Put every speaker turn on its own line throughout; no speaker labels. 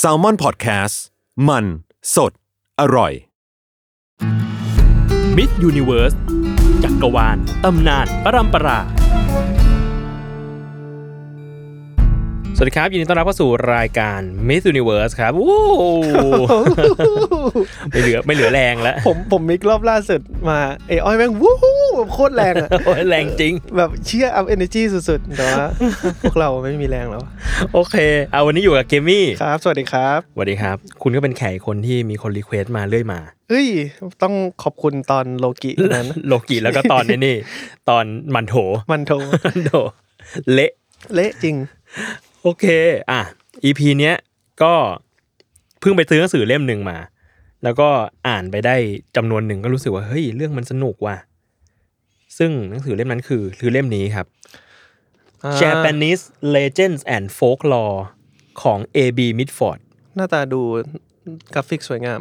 s a l ม o n PODCAST มันสดอร่อย
มิสยูนิเวิร์สจักรวาล ตำนาน ประรำปรา สวัสดีครับ ยินดีต้อนรับเข้าสู่รายการ Miss Universe ครับวู้ โห ไม่เหลือไม่เหลือแรงแล้ว
ผมผมมิกรอบล่าสุดมาเอออยแม่งวู้ฮู้แบบโคตรแรงอะ
โอ้ยแรงจริง
แบบเชื่ออัพเอเนจีสุดๆ แต่ว่า พวกเราไม่มีแรงแล้ว
โอเค เอาวันนี้อยู่กับเกมมี่
ครับ สวัสดีครับ
สวัสดีครับ คุณก็เป็นแขกคนที่มีคนรีเควสต์มาเรื่อยมา
เอ้ย ต้องขอบคุณตอนโลกินั้น
โลกิแล้วก็ตอนนี้นี่ ตอนมันโถ
มันโทร
มันโถเละ
เละจริง
โอเค อ่ะ EP เนี้ยก็เพิ่งไปซื้อหนังสือเล่มหนึ่งมา แล้วก็อ่านไปได้จำนวนหนึ่งก็รู้สึกว่าเฮ้ยเรื่องมันสนุกว่ะ ซึ่งหนังสือเล่มนั้นคือคือเล่มนี้ครับ
อ่า
Japanese Legends and Folklore ของ A.B. Mitford
หน้าตาดูกราฟิกสวยงาม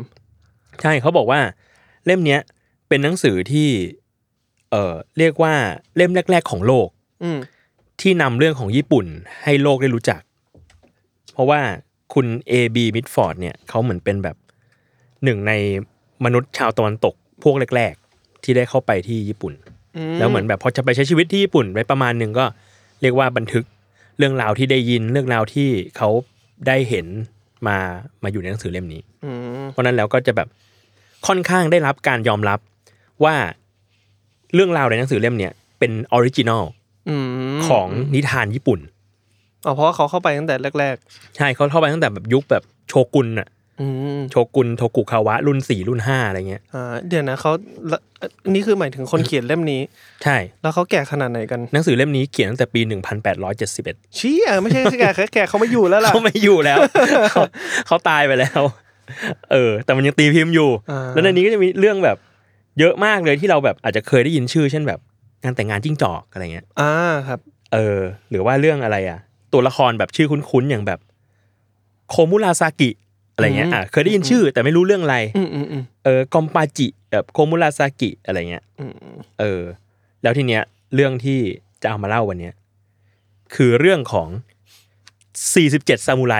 ใช่เขาบอกว่าเล่มเนี้ยเป็นหนังสือที่เอ่อเรียกว่าเล่มแรก ๆ ของโลก
อืม
ที่นำเรื่องของญี่ปุ่นให้โลกได้รู้จัก เพราะว่าคุณ A.B. Mitford เนี่ยเขาเหมือนเป็นแบบหนึ่งในมนุษย์ชาวตะวันตกพวกแรก ๆ ที่ได้เข้าไปที่ญี่ปุ่น แล้วเหมือนแบบพอจะไปใช้ชีวิตที่ญี่ปุ่นไปประมาณหนึ่งก็เรียกว่าบันทึกเรื่องราวที่ได้ยินเรื่องราวที่เขาได้เห็นมามาอยู่ในหนังสือเล่มนี้
อืม
เพราะฉะนั้นแล้วก็จะแบบค่อนข้างได้รับการยอมรับว่าเรื่องราวในหนังสือเล่มเนี่ยเป็นออริจินอล
อืม
ของนิทานญี่ปุ่น
อ๋อเพราะว่าเขาเข้าไปตั้งแต่แรก
ใช่เขาเข้าไปตั้งแต่แบบยุคแบบโชกุนอะ
ๆ อืม
โชกุนโทกุคาวะรุ่นสี่รุ่นห้าอะไรเงี้ย
อ่าเดี๋ยวนะเขาละนี่คือหมายถึงคนเขียนเล่มนี้
ใช่
แล้วเขาแก่ขนาดไหนกัน
หนังสือเล่มนี้เขียนตั้งแต่ปี 1871
ชี้อ่ะไม่ใช่แก่แก่เขาไม่อยู่แล้วล่ะ
เขาไม่อยู่แล้ว เขาเขาตายไปแล้ว เออ แต่มันยังตีพิมพ์อยู่
อ่า
แล้วในนี้ก็จะมีเรื่องแบบ เยอะมากเลยที่เราแบบอาจจะเคยได้ยินชื่อ เช่นแบบงานแต่งงานจิ้งจอกอะไรเงี้ย
อ่าครับ
เออ หรือว่าเรื่องอะไรอ่ะ ตัวละครแบบชื่อคุ้นๆอย่างแบบโคมุราซากิอะไรเงี้ยอ่ะเคยได้ยินชื่อ แต่ไม่รู้เรื่องอะไร
อืมอืมอืม
เออกอมปาจิแบบโคมุราซากิอะไรเงี้ย
อืม
เออ แล้วทีเนี้ยเรื่องที่จะเอามาเล่าวันเนี้ยคือเรื่องของ 47 ซามูไร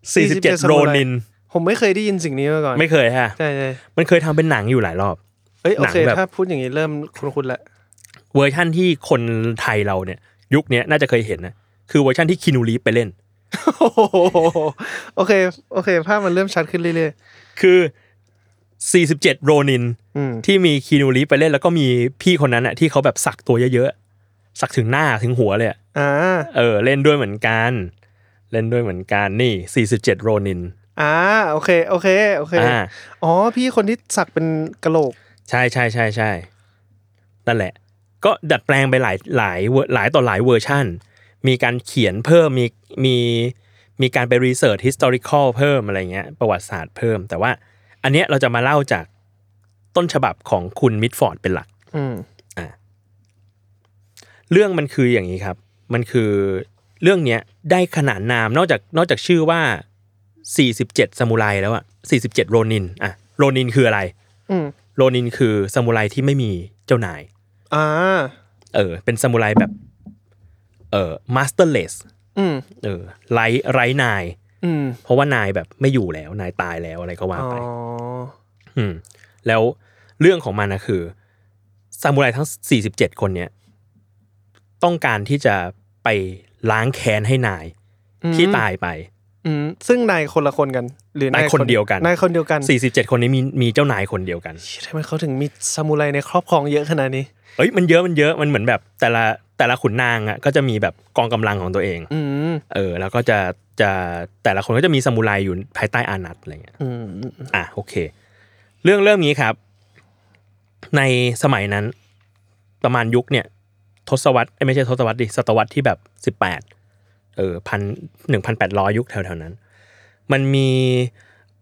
47
47
โรนิน
ผมไม่เคยได้ยินสิ่งนี้มาก่อน
ไม่เคยฮะ
ใช่ใช่
มันเคยทำเป็นหนังอยู่หลายรอบ
เอ้ยโอเค
หนังแบบ
ถ้าพูดอย่างนี้เริ่มคุ้นๆละ
เวอร์ชั่นที่คนไทยเราเนี่ย ยุคเนี้ยน่าจะเคยเห็นนะ คือเวอร์ชั่นที่คินูรีฟไปเล่น
โอ้โห โอเค โอเคภาพมันเริ่มชัดขึ้นเรื่อย
คือ 47 โรนิน
ๆอืม
ที่มีคีนูรีฟไปเล่น แล้วก็มีพี่คนนั้นอะที่เขาแบบสักตัวเยอะๆ สักถึงหน้าถึงหัวเลยอะ
อ่า
เออเล่นด้วยเหมือนกัน เล่นด้วยเหมือนกันนี่ 47 โรนิน
อ่าโอเคโอเคโอเค
อ่า
อ๋อพี่คนที่สักเป็นกะโหลก
ใช่ใช่ใช่ใช่นั่นแหละ ก็ดัดแปลงไปหลายหลายเวอร์หลายต่อหลายเวอร์ชั่น มีการเขียนเพิ่มมีมีมีการไปรีเสิร์ช historical เพิ่มอะไรเงี้ยประวัติศาสตร์เพิ่ม แต่ว่าอันเนี้ยเราจะมาเล่าจากต้นฉบับของคุณมิดฟอร์ดเป็นหลัก
อืม
เรื่องมันคืออย่างนี้ครับ มันคือเรื่องเนี้ยได้ขนานนามนอกจากนอกจากชื่อว่า 47ซามูไรแล้วอะ47 โรนินอะโรนินคืออะไร
อืม
โรนินคือซามูไรที่ไม่มีเจ้านาย
อ่า
เออ เป็นซามูไรแบบ เออมาสเตอร์เลส
อืม
เออไร้ไร้นาย
อืม
เพราะว่านายแบบไม่อยู่แล้ว นายตายแล้วอะไรก็ว่า
อ๋อ
ไป อืมแล้วเรื่องของมันนะคือซามูไรทั้ง 47 คนเนี้ยต้องการที่จะไปล้างแค้นให้นายที่ตายไป
อืมซึ่งนายคนละคนกัน หรือนาน
ายคนเดียวกัน
นายคนเดียวกัน
47 คนนี้มีมีเจ้านายคนเดียวกัน
เชี่ยทำไมเขาถึงมีซามูไรในครอบครองเยอะขนาดนี้
เอ้ยมันเยอะมันเยอะมันเหมือนแบบแต่ละแต่ละขุนนางอ่ะก็จะมีแบบกองกำลังของตัวเอง
อืม
เออ แล้วก็จะจะแต่ละคนก็จะมีซามูไรอยู่ภายใต้อานัตอะไรเงี้ย
อืม
อ่ะโอเค เรื่องเริ่มนี้ครับ ในสมัยนั้น ประมาณยุคเนี่ย ทศวรรษเอ้ยไม่ใช่ทศวรรษดิศตวรรษที่แบบสิบแปดเออพันหนึ่งพันแปดร้อยยุคแถวๆนั้น มันมี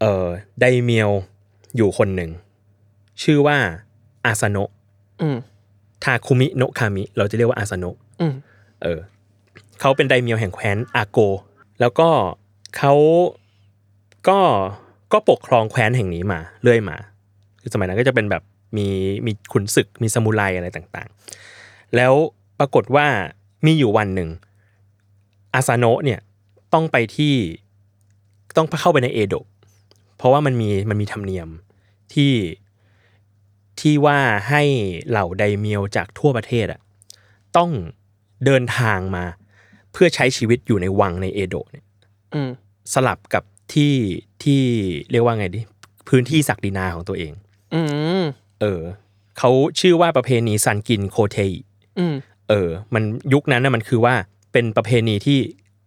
เอ่อไดเมียวอยู่คนหนึ่ง ชื่อว่าอาสโนะ
อืม
ทาคุมิโนะคามิ เราจะเรียกว่าอาสโนะ
อืม
เออเขาเป็นไดเมียวแห่งแคว้นอาโก แล้วก็เขาก็ก็ปกครองแคว้นแห่งนี้มาเรื่อยมา คือสมัยนั้นก็จะเป็นแบบมีมีขุนศึกมีซามูไรอะไรต่างๆ แล้วปรากฏว่ามีอยู่วันหนึ่งอาซาโนะเนี่ย ต้องไปที่ต้องเข้าไปในเอโดะเพราะว่ามันมีมันมีธรรมเนียมที่ที่ว่าให้เหล่าไดเมียวจากทั่วประเทศอะต้องเดินทางมาเพื่อใช้ชีวิตอยู่ในวังในเอโดะเนี่ย
อืม
สลับกับที่ที่เรียกว่าไงดิพื้นที่ศักดินาของตัวเอง
อืม
เออเขาชื่อว่าประเพณีซันกินโคเทอิ
อืม
เออ มันยุคนั้นนะมันคือว่าเป็นประเพณีที่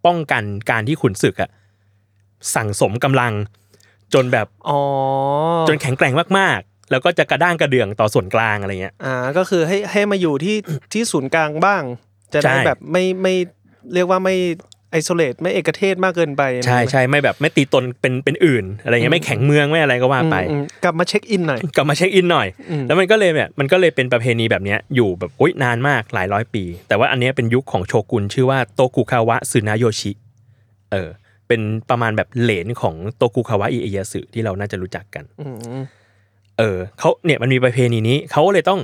ป้องกันการที่ขุนศึกอะสั่งสมกำลัง จนแบบ
อ๋อ
จนแข็งแกร่งมากๆ แล้วก็จะกระด้างกระเดื่องต่อส่วนกลางอะไรเงี้ย
อ่าก็คือให้ให้มาอยู่ที่ ที่ศูนย์กลางบ้าง จะได้
ใช่
แบบไม่ไม่เรียกว่าไม่ไอโซเลตไม่เอกเทศมากเกินไป
ใช่ใช่ไม่แบบไม่ตีตนเป็นเป็นอื่นอะไรเงี้ยไม่แข็งเมืองไม่อะไรก็ว่า
อืม
ไป
อืมกลับมาเช็คอินหน่อย
กลับมาเช็คอินหน่อย
อืม
แล้วมันก็เลยเนี่ยมันก็เลยเป็นประเพณีแบบเนี้ยอยู่แบบอุ๊ยนานมากหลายร้อยปี แต่ว่าอันเนี้ยเป็นยุคของโชกุนชื่อว่าโตกุคาวะซึนาโยชิ เออ เป็นประมาณแบบเหลนของโตกุคาวะอิเอียสึที่เราน่าจะรู้จักกัน
อืม
เออเขาเนี่ยมันมีประเพณีนี้เขาเลยต้อง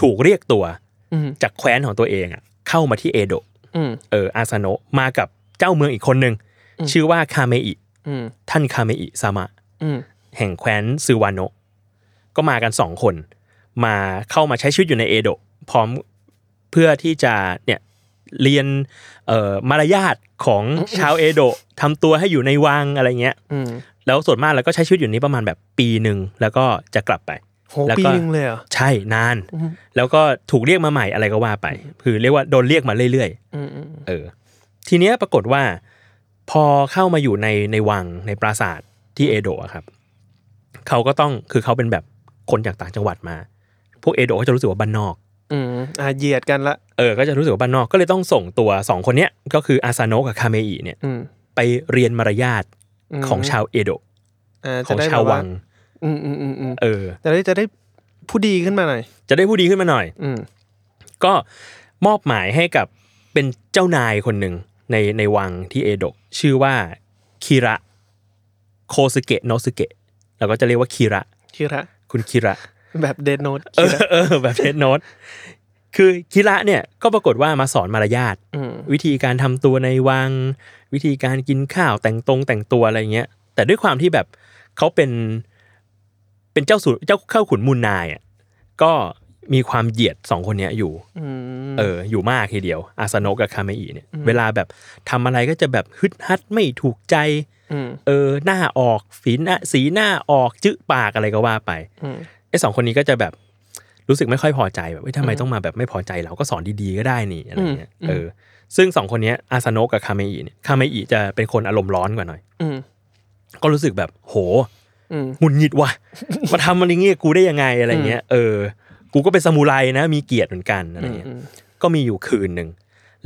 ถูกเรียกตัว
อืม
จากแคว้นของตัวเองอะเข้ามาที่เอโดะ
อืม
เอออาซาโนะมากับเจ้าเมืองอีกคนหนึ่ง
อืม
ชื่อว่าคาเมอิ
อืม
ท่านคาเมอิซามะ
อืม
แห่งแคว้นซึวาโนะก็มากันสองคน มาเข้ามาใช้ชีวิตอยู่ในเอโดะพร้อมเพื่อที่จะเนี่ยเรียนเอ่อมารยาทของชาวเอโดะทำตัวให้อยู่ในวังอะไรเงี้ย
อืม
แล้วส่วนมากแล้วก็ใช้ชีวิตอยู่นี้ประมาณแบบปีหนึ่งแล้วก็จะกลับไป
โห
แล้วก็
ปีหนึงเลยเหรอ่ะ
ใช่นาน แล้วก็ถูกเรียกมาใหม่อะไรก็ว่าไป คือเรียกว่าโดนเรียกมาเรื่อย
อืมอืม
ๆเออ ทีเนี้ยปรากฏว่า พอเข้ามาอยู่ในในวังในปราสาทที่เอโดะอะครับ เขาก็ต้องคือเขาเป็นแบบคนจากต่างจังหวัดมา พวกเอโดะก็จะรู้สึกว่าบ้านนอก
อืมอ่าเหยียดกันละ
เออ ก็จะรู้สึกว่าบ้านนอกก็เลยต้องส่งตัวสองคนเนี้ยก็คืออาซาโนะกับคาเมอิเนี่ย
อืม
ไปเรียนมารยาท
ม
ของชาวเอโดะ
า
ข
จะ
อง
ได้
ชาววัง
แบบอืมอืมอืมอืม
เออ
จะได้จะได้ผู้ดีขึ้นมาหน่อย
จะได้ผู้ดีขึ้นมาหน่อย
อืม
ก็มอบหมายให้กับเป็นเจ้านายคนหนึ่งในในวังที่เอโดะชื่อว่าคิระโคสเกะโนสเกะเราก็จะเรียกว่าคิระ
คิระ
คุณคิระ
แบบเดนโนด
เออเออแบบเทสโนตคือคิระเนี่ยก็ปรากฏว่ามาสอนมารยาท
อืม
วิธีการทำตัวในวัง วิธีการกินข้าวแต่งตรงแต่งตัวอะไรเงี้ย แต่ด้วยความที่แบบเขาเป็นเป็นเจ้าสู่เจ้าเข้าขุนมูลนายอ่ะก็มีความเหยียดสองคนเนี้ยอยู่
อืม
เอออยู่มากทีเดียว อาสโนะกับคาเมอิเนี่ยเวลาแบบทำอะไรก็จะแบบฮึดฮัดไม่ถูกใจ
อืม
เออหน้าออกฝีหน้าสีหน้าออกจื้อปากอะไรก็ว่าไป
อืม
ไอ้สองคนนี้ก็จะแบบรู้สึกไม่ค่อยพอใจแบบเอ้ยทำไมต้องมาแบบไม่พอใจเราก็สอนดีๆก็ได้นี่อะไรเงี้ย
อืม
เออซึ่งสองคนเนี้ยอาสโนะกับคาเมอิเนี่ยคาเมอิจะเป็นคนอารมณ์ร้อนกว่าหน่อย
อืม
ก็รู้สึกแบบโห
อืม
หงุดหงิดว่ะ มาทำอะไรเงี้ยกูได้ยังไงอะไรเงี้ย เออ กูก็เป็นซามูไรนะ มีเกียรติเหมือนกันอะไรเงี้ย
อืม
ก็มีอยู่คืนหนึ่ง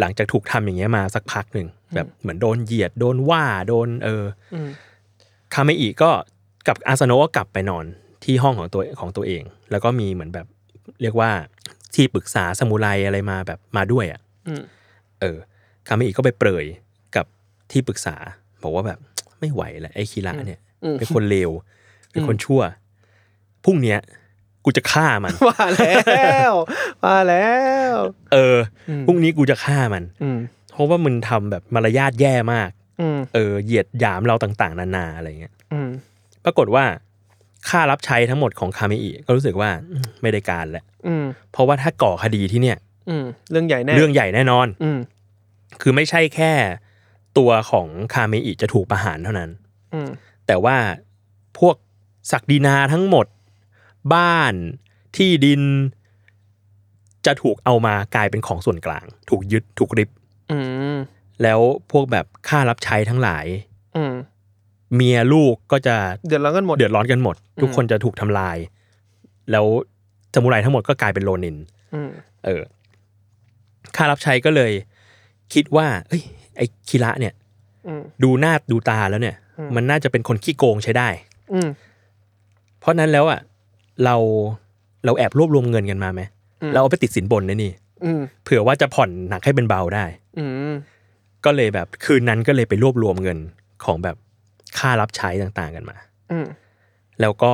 หลังจากถูกทำอย่างเงี้ยมาสักพักหนึ่ง แบบเหมือนโดนเหยียด โดนว่า โดนเออ
อืม
คาเมอิก็กับอาซาโนะก็กลับไปนอนที่ห้องของตัวของตัวเอง แล้วก็มีเหมือนแบบเรียกว่าที่ปรึกษาซามูไรอะไรมาแบบมาด้วยอ่ะ
อืม
เออคาเมอิก็ไปเปรยกับที่ปรึกษา บอกว่าแบบไม่ไหวแล้วไอ้คีระเนี่ย
อืม
เป็นคนเลวเป็นคนชั่วพรุ่งเนี้ย กูจะฆ่ามัน
ว่าแล้วว่าแล้ว
เอออ
ม
พรุ่งนี้กูจะฆ่ามัน
อืม
เพราะว่ามึงทำแบบมารยาทแย่มาก
อืม
เออเหยียดหยามเราต่างๆ นานาอะไรเงี้ย
อืม
ปรากฏว่า ค่ารับใช้ทั้งหมดของคาเมอิก็รู้สึกว่าอืมไม่ได้การแล้ว
อืม
เพราะว่าถ้าก่อคดีที่เนี่ย
อืมเรื่องใหญ่แน่
เรื่องใหญ่แน่นอน
อืม
คือไม่ใช่แค่ตัวของคาเมอิจะถูกประหารเท่านั้น
อืม
แต่ว่าพวกศักดินาทั้งหมด บ้านที่ดิน จะถูกเอามากลายเป็นของส่วนกลาง ถูกยึดถูกริบ
อืม
แล้วพวกแบบค่ารับใช้ทั้งหลาย
อืม
เมียลูกก็จะ
เดือดร้อนกันหมด
เดือดร้อนกันหมด ทุก
อืม
คนจะถูกทำลาย แล้วสมุไรทั้งหมดก็กลายเป็นโลนิน
อืม
เออค่ารับใช้ก็เลย คิดว่า เอ้ย ไอ้คิระเนี่ย
อืม
ดูหน้าดูตาแล้วเนี่ย
อืม
มันน่าจะเป็นคนขี้โกงใช้ได้
อืม
เพราะนั้นแล้วอ่ะเราเราแอบรวบรวมเงินกันมาไหม
อืม
เราเอาไปติดสินบนนะนี่
อืม
เผื่อว่าจะผ่อนหนักให้เป็นเบาได้
อืม
ก็เลยแบบคืนนั้นก็เลยไปรวบรวมเงินของแบบค่ารับใช้ต่างๆกันมา
อืม
แล้วก็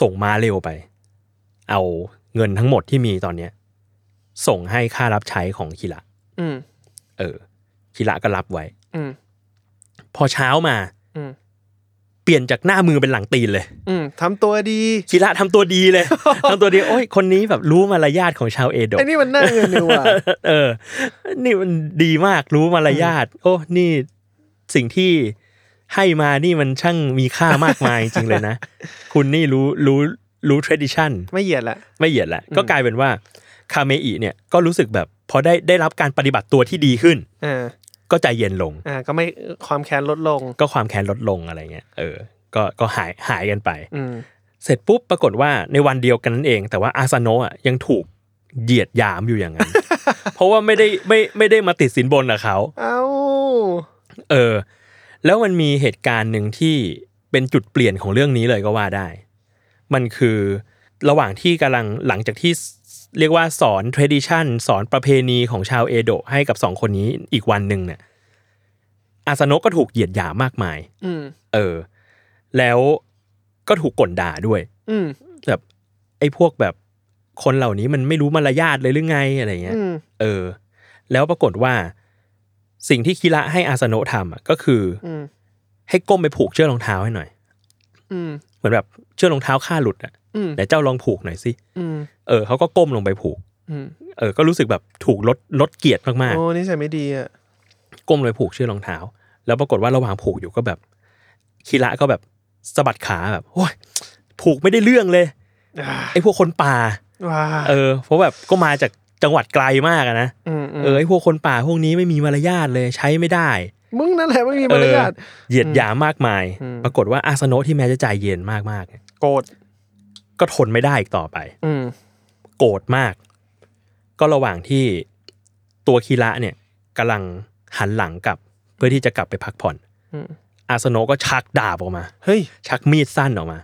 ส่งมาเร็วไป เอาเงินทั้งหมดที่มีตอนเนี้ย ส่งให้ค่ารับใช้ของคิระ
อืม
เออคิระก็รับไว้
อืม
พอเช้ามา
อืม
เปลี่ยนจากหน้ามือเป็นหลังตีนเลย
อืมทำตัวดี
ชิระทำตัวดีเลย ทำตัวดี โอ้ย คนนี้แบบรู้มารยาทของชาวเอโดะ
ไอ้นี่มันน่าเงินดี ว่ะ
เออ นี่มันดีมากรู้มารยาท โอ้ นี่สิ่งที่ให้มานี่มันช่างมีค่ามากมายจริงๆเลยนะ คุณนี่รู้รู้รู้ tradition
ไม่เหยียดละ
ไม่เหยียดแหละ ก็กลายเป็นว่าคาเมอิเนี่ยก็รู้สึกแบบพอได้ได้รับการปฏิบัติตัวที่ดีขึ้น
อ่า
ก็ใจเย็นลง
อ่า ก็ไม่ความแค้นลดลง
ก็ความแค้นลดลงอะไรเงี้ย เออ ก็ก็หายหายกันไป
อืม
เสร็จปุ๊บปรากฏว่าในวันเดียวกันนั่นเอง แต่ว่าอาซาโนะอ่ะยังถูกเหยียดหยามอยู่ อย่างนั้น เพราะว่าไม่ได้ไม่ไม่ได้มาติดสินบนกับเขา
เอ้า
เออ แล้วมันมีเหตุการณ์หนึ่งที่เป็นจุดเปลี่ยนของเรื่องนี้เลยก็ว่าได้ มันคือระหว่างที่กำลังหลังจากที่สเรียกว่าสอน tradition สอนประเพณีของชาวเอโดะให้กับสองคนนี้อีกวันหนึ่งเนี่ยอาซาโนะก็ถูกเหยียดหยามมากมาย
อืม
เออ แล้วก็ถูกก่นด่าด้วย
อืม
แบบไอ้พวกแบบคนเหล่านี้มันไม่รู้มารยาทเลยหรือไงอะไรเงี้ย
อืม
เออ แล้วปรากฏว่าสิ่งที่คิระให้อาสโนะทำอะก็คือ
อืม
ให้ก้มไปผูกเชือกรองเท้าให้หน่อย
อืม
เหมือนแบบเชือกรองเท้าข้าหลุดอ่ะ
อืม
ไหนเจ้าลองผูกหน่อยสิ
อืม
เออเขาก็ก้มลงไปผูก
อืม
เออ ก็รู้สึกแบบถูกลดลดเกียรติมาก
โอ้นี่ใส่ไม่ดีอ่ะ
ๆก้มลงไปผูกเชือกรองเท้า แล้วปรากฏว่าระหว่างผูกอยู่ก็แบบคิระก็แบบสะบัดขาแบบโอ้ยผูกไม่ได้เรื่องเลยไอ้พวกคนป่า
ว้า
เออเพราะแบบก็มาจากจังหวัดไกลมากอะนะ
มอืม
เออไอพวกคนป่าพวกนี้ไม่มีมารยาทเลยใช้ไม่ได้
มึงนั่นแหละไม่มีมารยาท
เหยียดหยามมากมาย
อืม
ปรากฏว่าอาสโนะที่แม้จะใจเย็นมากๆเนี่ย
โกรธ
ก็ทนไม่ได้อีกต่อไป
อืม
โกรธมาก ก็ระหว่างที่ตัวคีระเนี่ยกำลังหันหลังกลับ เพื่อที่จะกลับไปพักผ่อน
อืม
อาสโนะก็ชักดาบออกมา
เฮ้ย
ชักมีดสั้นออกมา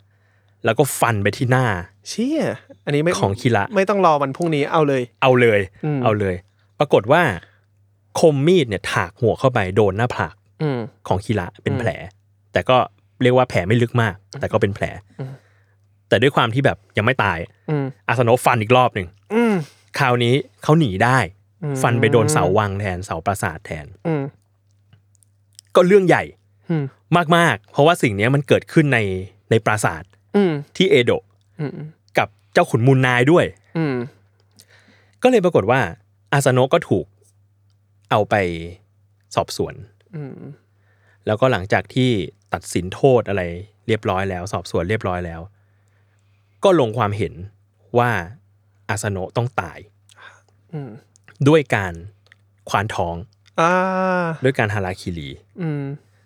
แล้วก็ฟันไปที่หน้า
เชี่ย อันนี้ไม่
ของคีระ
ไม่ต้องรอมันพรุ่งนี้เอาเลย
เอาเลย
อืม
เอาเลย ปรากฏว่า คมมีดเนี่ยถากหัวเข้าไปโดนหน้าผาก
อืม
ของคีระเป็น
อืม
แผล แต่ก็เรียกว่าแผลไม่ลึกมาก แต่ก็เป็นแผล
อืม
แต่ด้วยความที่แบบยังไม่ตาย
อืม
อาสโนฟันอีกรอบหนึ่ง
อืม
คราวนี้เขาหนีได้
อืม
ฟันไปโดนเสาวังแทน เสาปราสาทแทน
อืม
ก็เรื่องใหญ่
อืม
มากๆ เพราะว่าสิ่งเนี้ยมันเกิดขึ้นในในปราสาท
อืม
ที่เอโดะ
อืม
กับเจ้าขุนมูลนายด้วย
อืม
ก็เลยปรากฏว่า อาสโนะก็ถูกเอาไปสอบสวน
อืม
แล้วก็หลังจากที่ตัดสินโทษอะไรเรียบร้อยแล้ว สอบสวนเรียบร้อยแล้ว ก็ลงความเห็นว่าอาสโนะต้องตาย
อืม
ด้วยการควานท้อง
อ่า
ด้วยการฮาราคิรี
อืม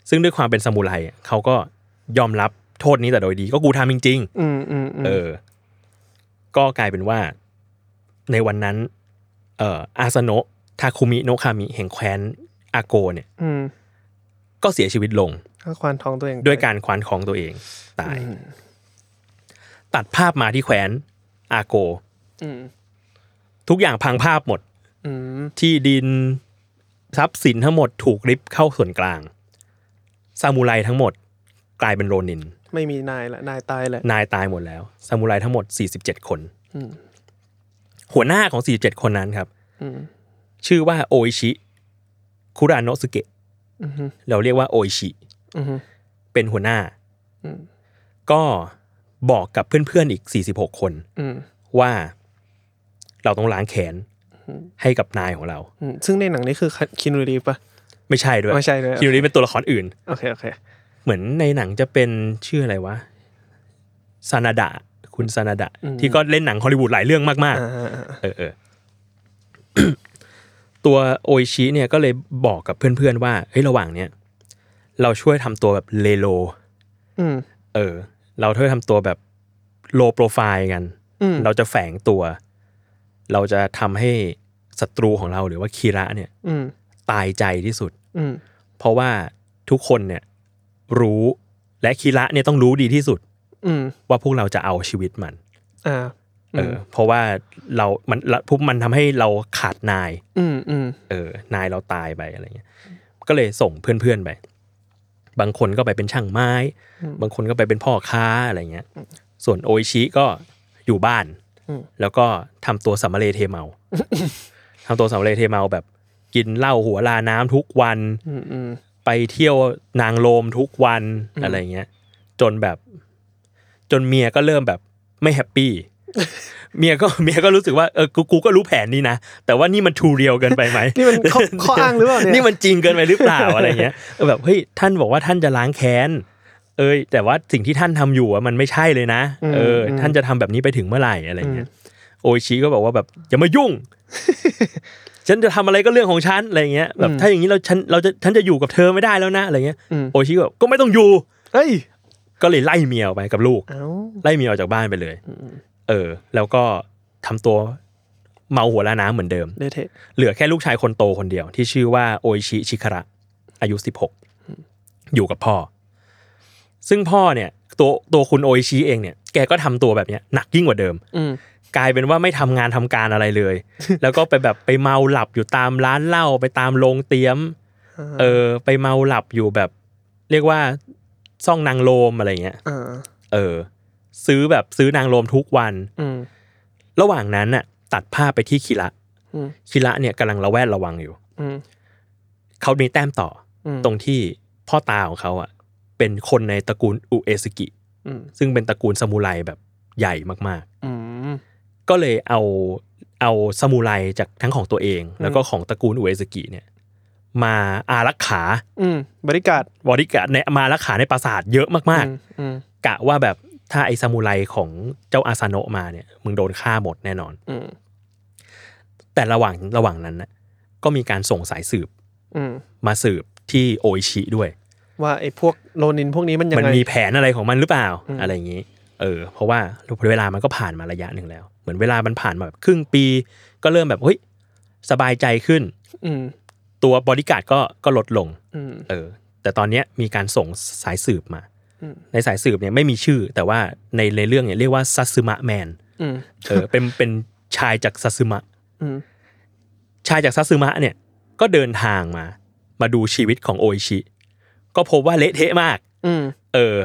ซึ่งด้วยความเป็นสมุไรอะเขาก็ยอมรับโทษนี้แต่โดยดี ก็กูทำจริง
อืมอืม
ๆ เออ ก็กลายเป็นว่าในวันนั้น เอ่ออาสโนะทาคุมิโนะคามิแห่งแคว้นอาโกเนี่ย
อืม
ก็เสียชีวิตลง
ก็ควานทองตัวเองไป
ด้วยการควานของตัวเองตาย ตัดภาพมาที่แขวนอาโก
อืม
ทุกอย่างพังภาพหมด
อืม
ที่ดินทรัพย์สินทั้งหมดถูกริบเข้าส่วนกลาง ซามูไรทั้งหมดกลายเป็นโรนิน
ไม่มีนายละ นายตายแหละ
นายตายหมดแล้ว ซามูไรทั้งหมด 47 คน
อืม
หัวหน้าของ 47 คนนั้นครับ
อืม
ชื่อว่าโออิชิคุรานโนะสึเกะ
อืม
เราเรียกว่าโออิชิ
อืม
เป็นหัวหน้า
อืม
ก็บอกกับเพื่อนๆอีก 46 คน
อืม
ว่าเราต้องล้างแขนให้กับนายของเรา
อืม ซึ่งในหนังนี้คือคินูรีฟปะ
ไม่ใช่ด้วย
ไม่ใช่ด้วย
คิวรีเป็นตัวละครอื่น
โอเค โอเค
เหมือนในหนังจะเป็นชื่ออะไรวะซานาดะคุณซานาดะ
อืม
ที่ก็เล่นหนังฮอลลีวูดหลายเรื่องมาก
อ่าอ่าอ่า
ๆเออเอ อ ตัวโออิชิเนี่ยก็เลยบอกกับเพื่อนๆว่าเฮ้ยระหว่างเนี้ยเราช่วยทำตัวแบบเลโล
อืม
เออ เราช่วยทำตัวแบบโลโปรไฟล์กัน
อืม
เราจะแฝงตัว เราจะทำให้ศัตรูของเราหรือว่าคีระเนี่ย
อืม
ตายใจที่สุด
อืม
เพราะว่าทุกคนเนี่ยรู้และคีระเนี่ยต้องรู้ดีที่สุด
อืม
ว่าพวกเราจะเอาชีวิตมัน
อ่า
เอออเพราะว่าเรา มันละพวกมันทำให้เราขาดนาย
อืม อืม
เออนายเราตายไปอะไรเงี้ย ก็เลยส่งเพื่อนๆไป บางคนก็ไปเป็นช่างไม้
อืม
บางคนก็ไปเป็นพ่อค้าอะไรเงี้ย ส่วนโออิชิก็อยู่บ้าน
อืม
แล้วก็ทำตัวสัมมาเลเทเมา ทำตัวสัมมาเลเทเมาแบบกินเหล้าหัวลาน้ำทุกวัน
อืมอืม
ไปเที่ยวนางโลมทุกวัน
อืม
อะไรเงี้ย จนแบบ จนเมียก็เริ่มแบบไม่แฮปปี้ เมียก็เมียก็รู้สึกว่าเออกูกูก็รู้แผนนี้นะ แต่ว่านี่มันทูเรียลเกินไปไหม
นี่มัน ข้อข้ออ้างหรือเปล่าเนี่ย
นี่มันจริงเกินไปหรือเป ล่า อะไรเงี้ยเออแบบเฮ้ยท่านบอกว่าท่านจะล้างแค้น เอ้ยแต่ว่าสิ่งที่ท่านทำอยู่อะมันไม่ใช่เลยนะ เอออ ท่านจะทำแบบนี้ไปถึงเมื่อไหร่อะไรเงี้ย โออิชิก็บอกว่าแบบอย่ามา ยุ่ง ฉันจะทำอะไรก็เรื่องของฉันอะไรเงี้ยแบบถ้าอย่างนี้เราฉันเราจะฉันจะอยู่กับเธอไม่ได้แล้วนะอะไรเงี้ยโออิชิก็แบบก็ไม่ต้องอยู่
เอ้ย
ก็เลยไล่เมียออกไปกับลูก
เอ้า
ไล่เมียออกจากบ้านไปเลย เออ แล้วก็ทำตัวเมาหัวละน้ำเหมือนเดิม
เดเทะ
เหลือแค่ลูกชายคนโตคนเดียว ที่ชื่อว่าโออิชิชิคาระ อายุ 16 อยู่กับพ่อ ซึ่งพ่อเนี่ย ตัวตัวคุณโออิชิเองเนี่ยแกก็ทำตัวแบบเนี้ยหนักยิ่งกว่าเดิม
อืม
กลายเป็นว่าไม่ทำงานทำการอะไรเลย แล้วก็ไปแบบไปเมาหลับอยู่ตามร้านเหล้าไปตามโรงเตี๊ยม
อ่า
เออ ไปเมาหลับอยู่แบบ เรียกว่าซ่องนางโลมอะไรเงี้ย
อ่า
เออ ซื้อแบบซื้อนางโลมทุกวัน
อืม
ระหว่างนั้นน่ะ ตัดภาพไปที่คิระ
อืม
คิระเนี่ยกำลังระแวดระวังอยู่
อืม
เขามีแต้มต่อ
อื
อ
ม
ตรงที่พ่อตาของเขาอ่ะ เป็นคนในตระกูลอุเอสกิ
อืม
ซึ่งเป็นตระกูลซามูไรแบบใหญ่มาก
อืม
ๆ ก็เลยเอาเอาซามูไรจากทั้งของตัวเอง แล้วก็ของตระกูลอุเอสกิเนี่ย มาอารักขา
อืมบริการด
บริการในมาอารักขาในปราสาทเยอะมาก
อืมอืม
ๆ กะว่าแบบถ้าไอซามูไรของเจ้าอาซาโนะมาเนี่ยมึงโดนฆ่าหมดแน่นอน
อืม
แต่ระหว่างระหว่างนั้นน่ะก็มีการส่งสายสืบ
อืม
มาสืบที่โออิชิด้วย
ว่าไอ้พวกโลนินพวกนี้มันยัง
มัน
ไง
มีแผนอะไรของมันหรือเปล่า
อืม
อะไรอย่างนี้ เออ เพราะว่าเวลามันก็ผ่านมาระยะหนึ่งแล้ว เหมือนเวลามันผ่านมาแบบครึ่งปี ก็เริ่มแบบเฮ้ยสบายใจขึ้น
อืม
ตัวบริการดก็ก็ลดลง
อืม
เออ แต่ตอนเนี้ยมีการส่งสายสืบมา
อืม
ในสายสืบเนี่ยไม่มีชื่อ แต่ว่าในในเรื่องเนี่ยเรียกว่าซัตสึมะแมน
อืม
เออ เป็นเป็นชายจากซัตสึมะ
อืม
ชายจากซัตสึมะเนี่ยก็เดินทางมา มาดูชีวิตของโออิชิ ก็พบว่าเละเทะมาก
อืม
เออ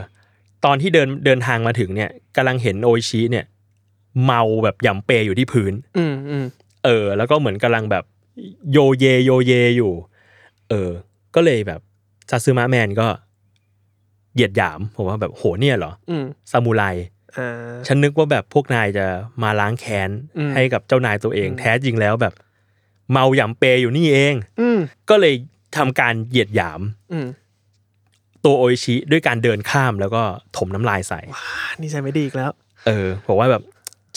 ตอนที่เดินเดินทางมาถึงเนี่ยกำลังเห็นโออิชิเนี่ย เมาแบบหยำเปยอยู่ที่พื้น
อืมอืม
เออ แล้วก็เหมือนกำลังแบบโยเยโยเยอยู่ เออ ก็เลยแบบซาซึมะแมนก็เหยียดหยามผมว่าแบบโหเนี่ยเหรอ
อืม
ซามูไร
อ่า
ฉันนึกว่าแบบพวกนายจะมาล้างแค้น
อืม
ให้กับเจ้านายตัวเอง แท้จริงแล้วแบบ เมาหยำเปยอยู่นี่เอง
อืม
ก็เลยทำการเหยียดหยาม
อืม
ตัวโออิชิด้วยการเดินข้ามแล้วก็ถมน้ำลายใส่
อ่านี่ใช่ไม่ดีอีกแล้ว
เออบอกว่าแบบ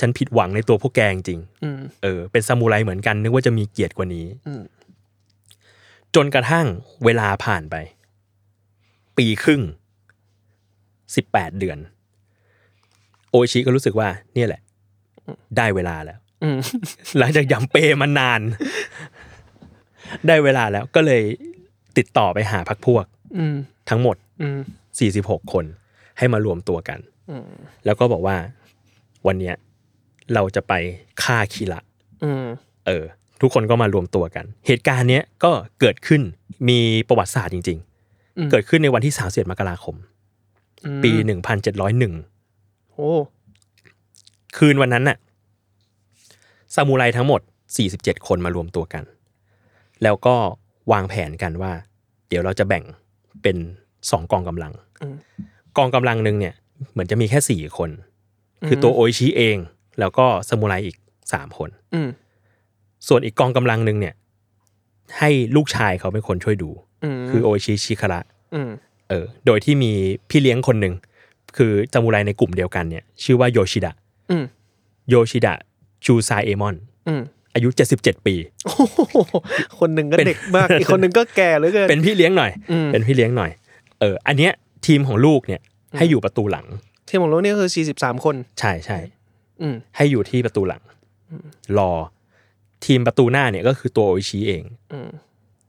ฉันผิดหวังในตัวพวกแกจริง
อืม
ๆเออ เป็นซามูไรเหมือนกันนึกว่าจะมีเกียรติกว่านี้
อืม
จนกระทั่งเวลาผ่านไป ปีครึ่งสิบแปดเดือน โออิชิก็รู้สึกว่า เนี่ยแหละ ได้เวลาแล้ว
อืม
หลังจากยำเปมานาน ได้เวลาแล้วก็เลยติดต่อไปหาพักพวก
อืม
ทั้งหมด
อืม
46 คนให้มารวมตัวกัน
อืม
แล้วก็บอกว่าวันเนี้ยเราจะไปฆ่าคีระ
อืม
เออ ทุกคนก็มารวมตัวกัน เหตุการณ์เนี้ยก็เกิดขึ้นมีประวัติศาสตร์จริง ๆ เกิดขึ้นในวันที่31มกราคม
อืม
ปี 1701
โอ้
คืนวันนั้นน่ะซามูไรทั้งหมด 47 คนมารวมตัวกัน แล้วก็วางแผนกันว่า เดี๋ยวเราจะแบ่งเป็นสองกองกำลัง กองกำลังหนึ่งเนี่ย เหมือนจะมีแค่สี่คน คือตัวโออิชิเอง แล้วก็ซามูไรอีกสามคน
อืม
ส่วนอีกกองกำลังหนึ่งเนี่ย ให้ลูกชายเขาเป็นคนช่วยดู
อืม
คือโออิชิชิคาระ
อืม
เออ โดยที่มีพี่เลี้ยงคนหนึ่ง คือซามูไรในกลุ่มเดียวกันเนี่ย ชื่อว่าโยชิดะ
อืม
โยชิดะจูไซเอมอน
อืม
อายุ 77 ปี
โอ้โห คนหนึ่งก็
เป็น
เด็กม าก อีกคนหนึ่งก็แก่เหลือเกิน
เป็นพี่เลี้ยงหน่อย
อืม
เป็นพี่เลี้ยงหน่อย เออ อันเนี้ยทีมของลูกเนี่ยให้อยู่ประตูหลัง
ที่ผมรู้เนี่ยคือสี่สิบสามคน
ใช่ใช่
อืม
ให้อยู่ที่ประตูหลัง รอ ทีมประตูหน้าเนี่ยก็คือตัวโออิชิเอง
อืม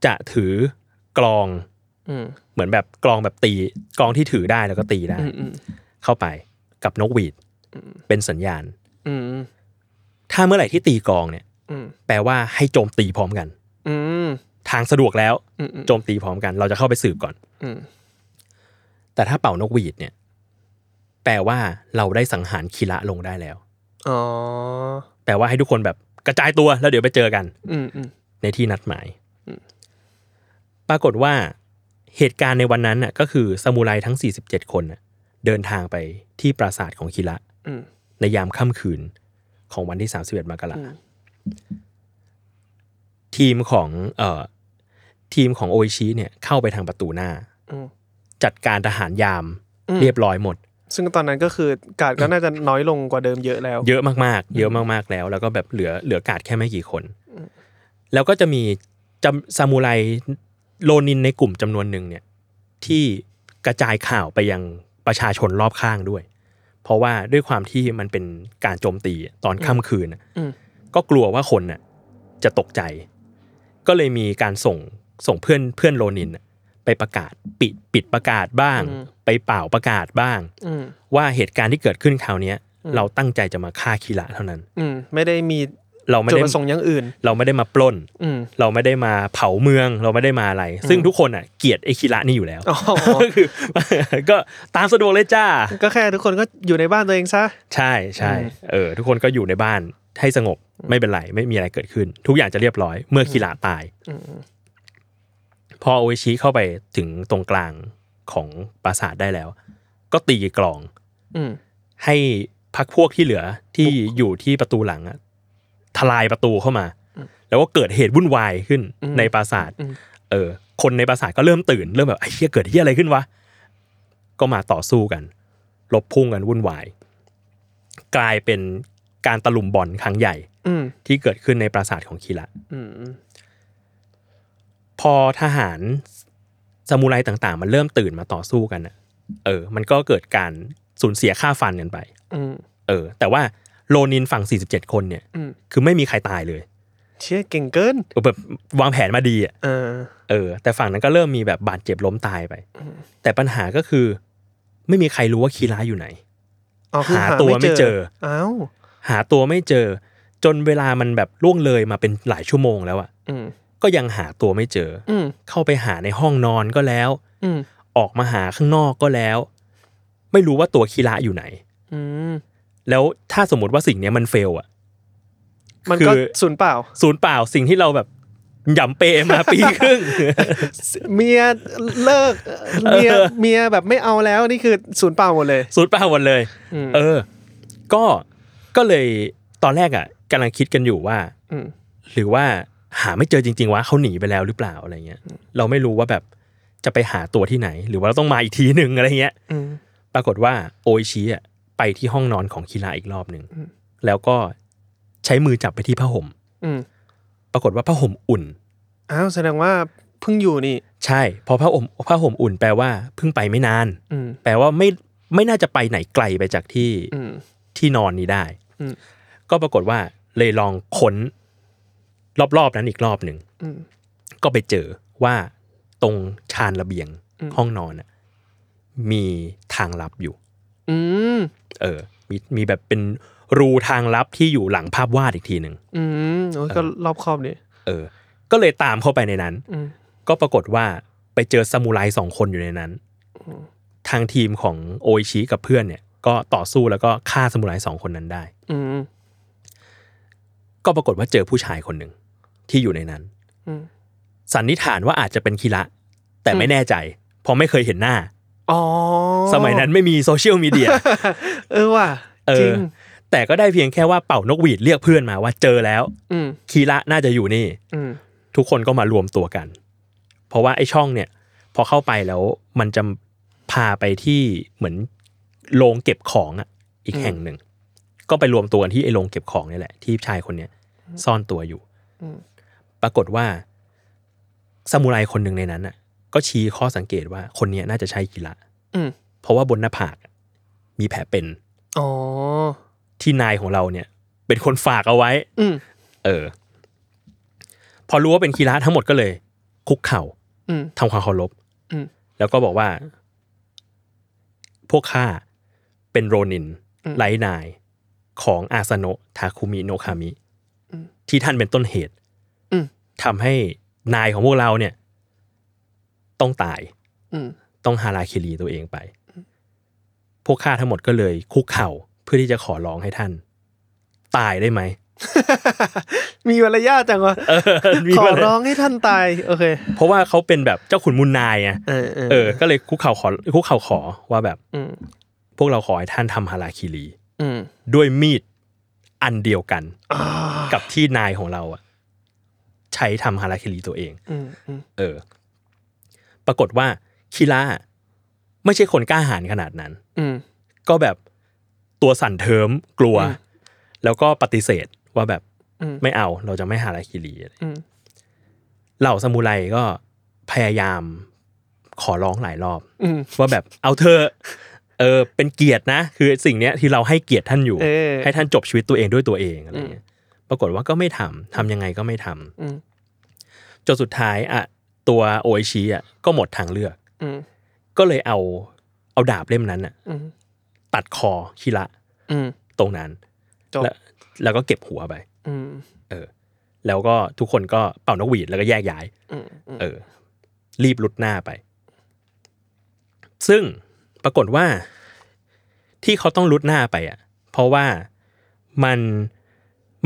จะถือกลอง
อืม
เหมือนแบบกลองแบบตีกลองที่ถือได้แล้วก็ตีได้
อืมอืม
เข้าไปกับนกหวีดเป็นสัญญาณ
อืม
ถ้าเมื่อไหร่ที่ตีกลองเนี่ย
อืม
แปลว่าให้โจมตีพร้อมกัน
อืม
ทางสะดวกแล้ว
อืมอืม
โจมตีพร้อมกัน เราจะเข้าไปสืบก่อน
อืม
แต่ถ้าเป่านกหวีดเนี่ย แปลว่าเราได้สังหารคีระลงได้แล้ว
อ๋อ
แปลว่าให้ทุกคนแบบกระจายตัวแล้วเดี๋ยวไปเจอกัน
อืมอืม
ในที่นัดหมาย ปรากฏว่า เหตุการณ์ในวันนั้นน่ะก็คือซามูไรทั้ง 47 คนน่ะเดินทางไปที่ปราสาทของคิระ
อืม
ในยามค่ำคืนของวันที่ 31มกรา
อืม
ทีมของเอ่อทีมของโออิชิเนี่ยเข้าไปทางประตูหน้า
อืม
จัดการทหารยาม
อืม
เรียบร้อยหมด
ซึ่งตอนนั้นก็คือการดก็น่าจะน้อยลงกว่าเดิมเยอะแล้ว
เยอะมากๆ เยอะมากๆแล้ว แล้วก็แบบเหลือเหลือกาดแค่ไม่กี่คน แล้วก็จะมีจำซามูไรโลนินในกลุ่มจำนวนหนึ่งเนี่ย ที่กระจายข่าวไปยังประชาชนรอบข้างด้วย เพราะว่าด้วยความที่มันเป็นการโจมตีตอนค่ำคืนน่ะ
อืม
ก็กลัวว่าคนน่ะจะตกใจ ก็เลยมีการส่งส่งเพื่อนเพื่อนโลนินน่ะไปประกาศปิดปิดประกาศบ้าง ไปเป่าประกาศบ้าง
อืม
ว่าเหตุการณ์ที่เกิดขึ้นคราวเนี้ย เราตั้งใจจะมาฆ่าคีระเท่านั้น
อืม ไม่ได้มี
เราไม่
จุด
ได้
ประสงค์อย่างอื่น
เราไม่ได้มาปล้น
อืม
เราไม่ได้มาเผาเมือง เราไม่ได้มาอะไร ซึ่งทุกคนอ่ะเกลียดไอ้คีระนี่อยู่แล้ว
อ๋อ
ก็คือ ก็ตามสะดวกเลยจ้า
ก็แค่ทุกคนก็อยู่ในบ้านตัวเองซะ
ใช่ใช่
อืม
เออ ทุกคนก็อยู่ในบ้านให้สงบไม่เป็นไร ไม่มีอะไรเกิดขึ้น ทุกอย่างจะเรียบร้อยเมื่อคีระตาย
อืม
พอโออิชิเข้าไปถึงตรงกลางของปราสาทได้แล้ว ก็ตีกลอง
อืม
ให้พักพวกที่เหลือที่อยู่ที่ประตูหลังอะทลายประตูเข้ามา แล้วก็เกิดเหตุวุ่นวายขึ้น
อืม
ในปราสาท
อืม
เออ คนในปราสาทก็เริ่มตื่นเริ่มแบบไอ้เหี้ยเกิดเหี้ยอะไรขึ้นวะก็มาต่อสู้กันลบพุ่งกันวุ่นวาย กลายเป็นการตะลุมบอลครั้งใหญ่
อืม
ที่เกิดขึ้นในปราสาทของคีระ
อืม อืม
พอทหารซามูไรต่างๆ มันเริ่มตื่นมาต่อสู้กันอะเออ มันก็เกิดการสูญเสียค่าฟันกันไป
อืม
เออแต่ว่าโลนินฝั่ง 47 คนเนี่ย
อืม
คือไม่มีใครตายเลย
เชี่ยเก่งเกิน
เออแบบวางแผนมาดีอ่ะ
เออ
เออแต่ฝั่งนั้นก็เริ่มมีแบบบาดเจ็บล้มตายไป แต่ปัญหาก็คือ ไม่มีใครรู้ว่าคีราอยู่ไหน
อ๋อคือ
หา
หา
ตัวไม่
ไม่
เจ
เจ
อ
อ อ้าว
หาตัวไม่เจอ จนเวลามันแบบล่วงเลยมาเป็นหลายชั่วโมงแล้วอ่ะ
อืม
ก็ยังหาตัวไม่เจออ
อืม
เข้าไปหาในห้องนอนก็แล้ว
อืม
ออกมาหาข้างนอกก็แล้ว ไม่รู้ว่าตัวคีราอยู่ไหน
อืม
แล้วถ้าสมมติว่าสิ่งเนี้ยมันเฟลอ่ะ
มันก็
คือ
ศูนย์เปล่า
ศูนย์เปล่าสิ่งที่เราแบบหย่ำเปมาปีค รึ่ง
เมียเลิกเมียเมียแบบไม่เอาแล้วนี่คือศูนย์เปล่าหมดเลย
ศูนย์เปล่าหมดเลย
อืม
เออ ก็ก็เลยตอนแรกอ่ะกำลังคิดกันอยู่ว่า
อืม
หรือว่าหาไม่เจอจริง ๆวะเขาหนีไปแล้วหรือเปล่าอะไรเงี้ย เราไม่รู้ว่าแบบจะไปหาตัวที่ไหน หรือว่าเราต้องมาอีกทีหนึ่งอะไรเงี้ย
อืม
ปรากฏว่าโออิชิอ่ะไปที่ห้องนอนของคีราอีกรอบหนึ่ง
อืม
แล้วก็ใช้มือจับไปที่ผ้าห่ม
อืม
ปรากฏว่าผ้าห่มอุ่น
อ้าวแสดงว่าเพิ่งอยู่นี่
ใช่เพอผ้าห่มผ้าห่มอุ่นแปลว่าเพิ่งไปไม่นาน
อืม
แปลว่าไม่ไม่น่าจะไปไหนไกลไปจากที่
อืม
ที่นอนนี้ได้
อืม
ก็ปรากฏว่าเลยลองค้นรอบๆนั้นอีกรอบหนึ่ง
อืม
ก็ไปเจอว่าตรงชานระเบียง
อืม
ห้องนอนน่ะมีทางลับอยู่
อืม
เออ มีมีแบบเป็นรูทางลับที่อยู่หลังภาพวาดอีกทีหนึ่ง
อืมโอ้ยก็รอบครอบนี่
เออ ก็เลยตามเข้าไปในนั้น
อืม
ก็ปรากฏว่าไปเจอซามูไรสองคนอยู่ในนั้น ทางทีมของโออิชิกับเพื่อนเนี่ย ก็ต่อสู้แล้วก็ฆ่าซามูไรสองคนนั้นได้
อืม
ก็ปรากฏว่าเจอผู้ชายคนหนึ่งที่อยู่ในนั้น
อืม
สันนิษฐานว่าอาจจะเป็นคีระ แต่ไม่แน่ใจ เพราะไม่เคยเห็นหน้า
อ๋อ
สมัยนั้นไม่มีโซเชียลมีเดีย
เออว่ะ
เอ
จริ
อ
ง
แต่ก็ได้เพียงแค่ว่าเป่านกหวีดเรียกเพื่อนมาว่าเจอแล้ว
อืม
คีระน่าจะอยู่นี่
อืม
ทุกคนก็มารวมตัวกัน เพราะว่าไอ้ช่องเนี่ย พอเข้าไปแล้วมันจะพาไปที่เหมือนโรงเก็บของอ่ะ อีกแห่งหนึ่ง ก็ไปรวมตัวกันที่ไอ้โรงเก็บของนี่แหละ ที่ชายคนเนี้ยซ่อนตัวอยู่
อืม
ปรากฏว่าซามูไรคนหนึ่งในนั้นอ่ะ ก็ชี้ข้อสังเกตว่าคนเนี้ยน่าจะใช่กิระ
อืม
เพราะว่าบนหน้าผากมีแผลเป็น
อ๋อ
ที่นายของเราเนี่ย เป็นคนฝากเอาไว้
อืม
เออ พอรู้ว่าเป็นคีระทั้งหมดก็เลย คุกเข่า
อืม
ทำความเคารพ
อืม
แล้วก็บอกว่า พวกข้าเป็นโรนิน
อืม
ไลนายของอาสโนะทาคุมิโนคามิ
อืม
ที่ท่านเป็นต้นเหตุ
อืม
ทำให้นายของพวกเราเนี่ย ต้องตาย
อืม
ต้องฮาราคิรีตัวเองไป พวกข้าทั้งหมดก็เลยคุกเข่าเพื่อที่จะขอร้องให้ท่าน ตายได้ไหม
มีมารยาทจังวะ
เออมี
ขอ
มาเลย
ร้องให้ท่านตาย โอเค
เพราะว่าเขาเป็นแบบเจ้าขุนมูลนายไง
เออเออ
เออ ก็เลยคุกเข่าขอคุกเข่าขอว่าแบบ
ม
พวกเราขอให้ท่านทำฮาราคิรี
อืม
ด้วยมีดอันเดียวกัน
อ่า
กับที่นายของเราอะใช้ทำฮาราคิรีตัวเอง
อืมอืม
เออ ปรากฏว่าคิระไม่ใช่คนกล้าหาญขนาดนั้น
อืม
ก็แบบตัวสั่นเทิมกลัว
อืม
แล้วก็ปฏิเสธว่าแบบ
อืม
ไม่เอาเราจะไม่ฮาราคิรีอะไร
อืม
เหล่าซามูไรก็พยายามขอร้องหลายรอบ
อืม
ว่าแบบเอาเธอะเออเป็นเกียรตินะ คือสิ่งเนี้ยที่เราให้เกียรติท่านอยู่
เออ
ให้ท่านจบชีวิตตัวเองด้วยตัวเองอะไรเงี้ยปรากฏว่าก็ไม่ทำทำยังไงก็ไม่ทำ
อืม
จนสุดท้ายอ่ะตัวโออิชิอ่ะก็หมดทางเลือก
อืม
ก็เลยเอาเอาดาบเล่มนั้นอ่ะ
อืม
ตัดคอคิระ
อืม
ตรงนั้น
จบ
แล้วแล้วก็เก็บหัวไป
อืม
แล้วก็ทุกคนก็เป่านกหวีดแล้วก็แยกย้าย
อืมอืม
เออ รีบลุดหน้าไป ซึ่งปรากฏว่า ที่เขาต้องลุดหน้าไปอ่ะ เพราะว่ามัน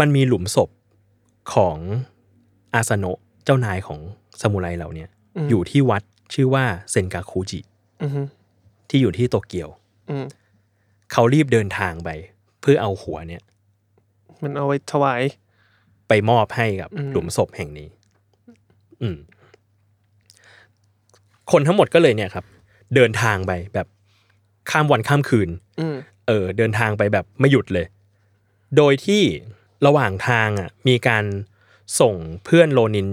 มันมีหลุมศพของอาสนะเจ้านายของสมุไรเหล่าเนี้ยอยู่ที่วัดชื่อว่าเซนกาคูจิ
อืม
ที่อยู่ที่โตเกียว
อืม
เขารีบเดินทางไป เพื่อเอาหัวเนี่ย
มันเอาไว้ถวาย
ไปมอบให้กับ
อืม
หลุมศพแห่งนี้ อืม คนทั้งหมดก็เลยเนี่ยครับ เดินทางไปแบบข้ามวันข้ามคืน
อืม
เออ เดินทางไปแบบไม่หยุดเลย โดยที่ระหว่างทางอ่ะ มีการส่งเพื่อนโลนิน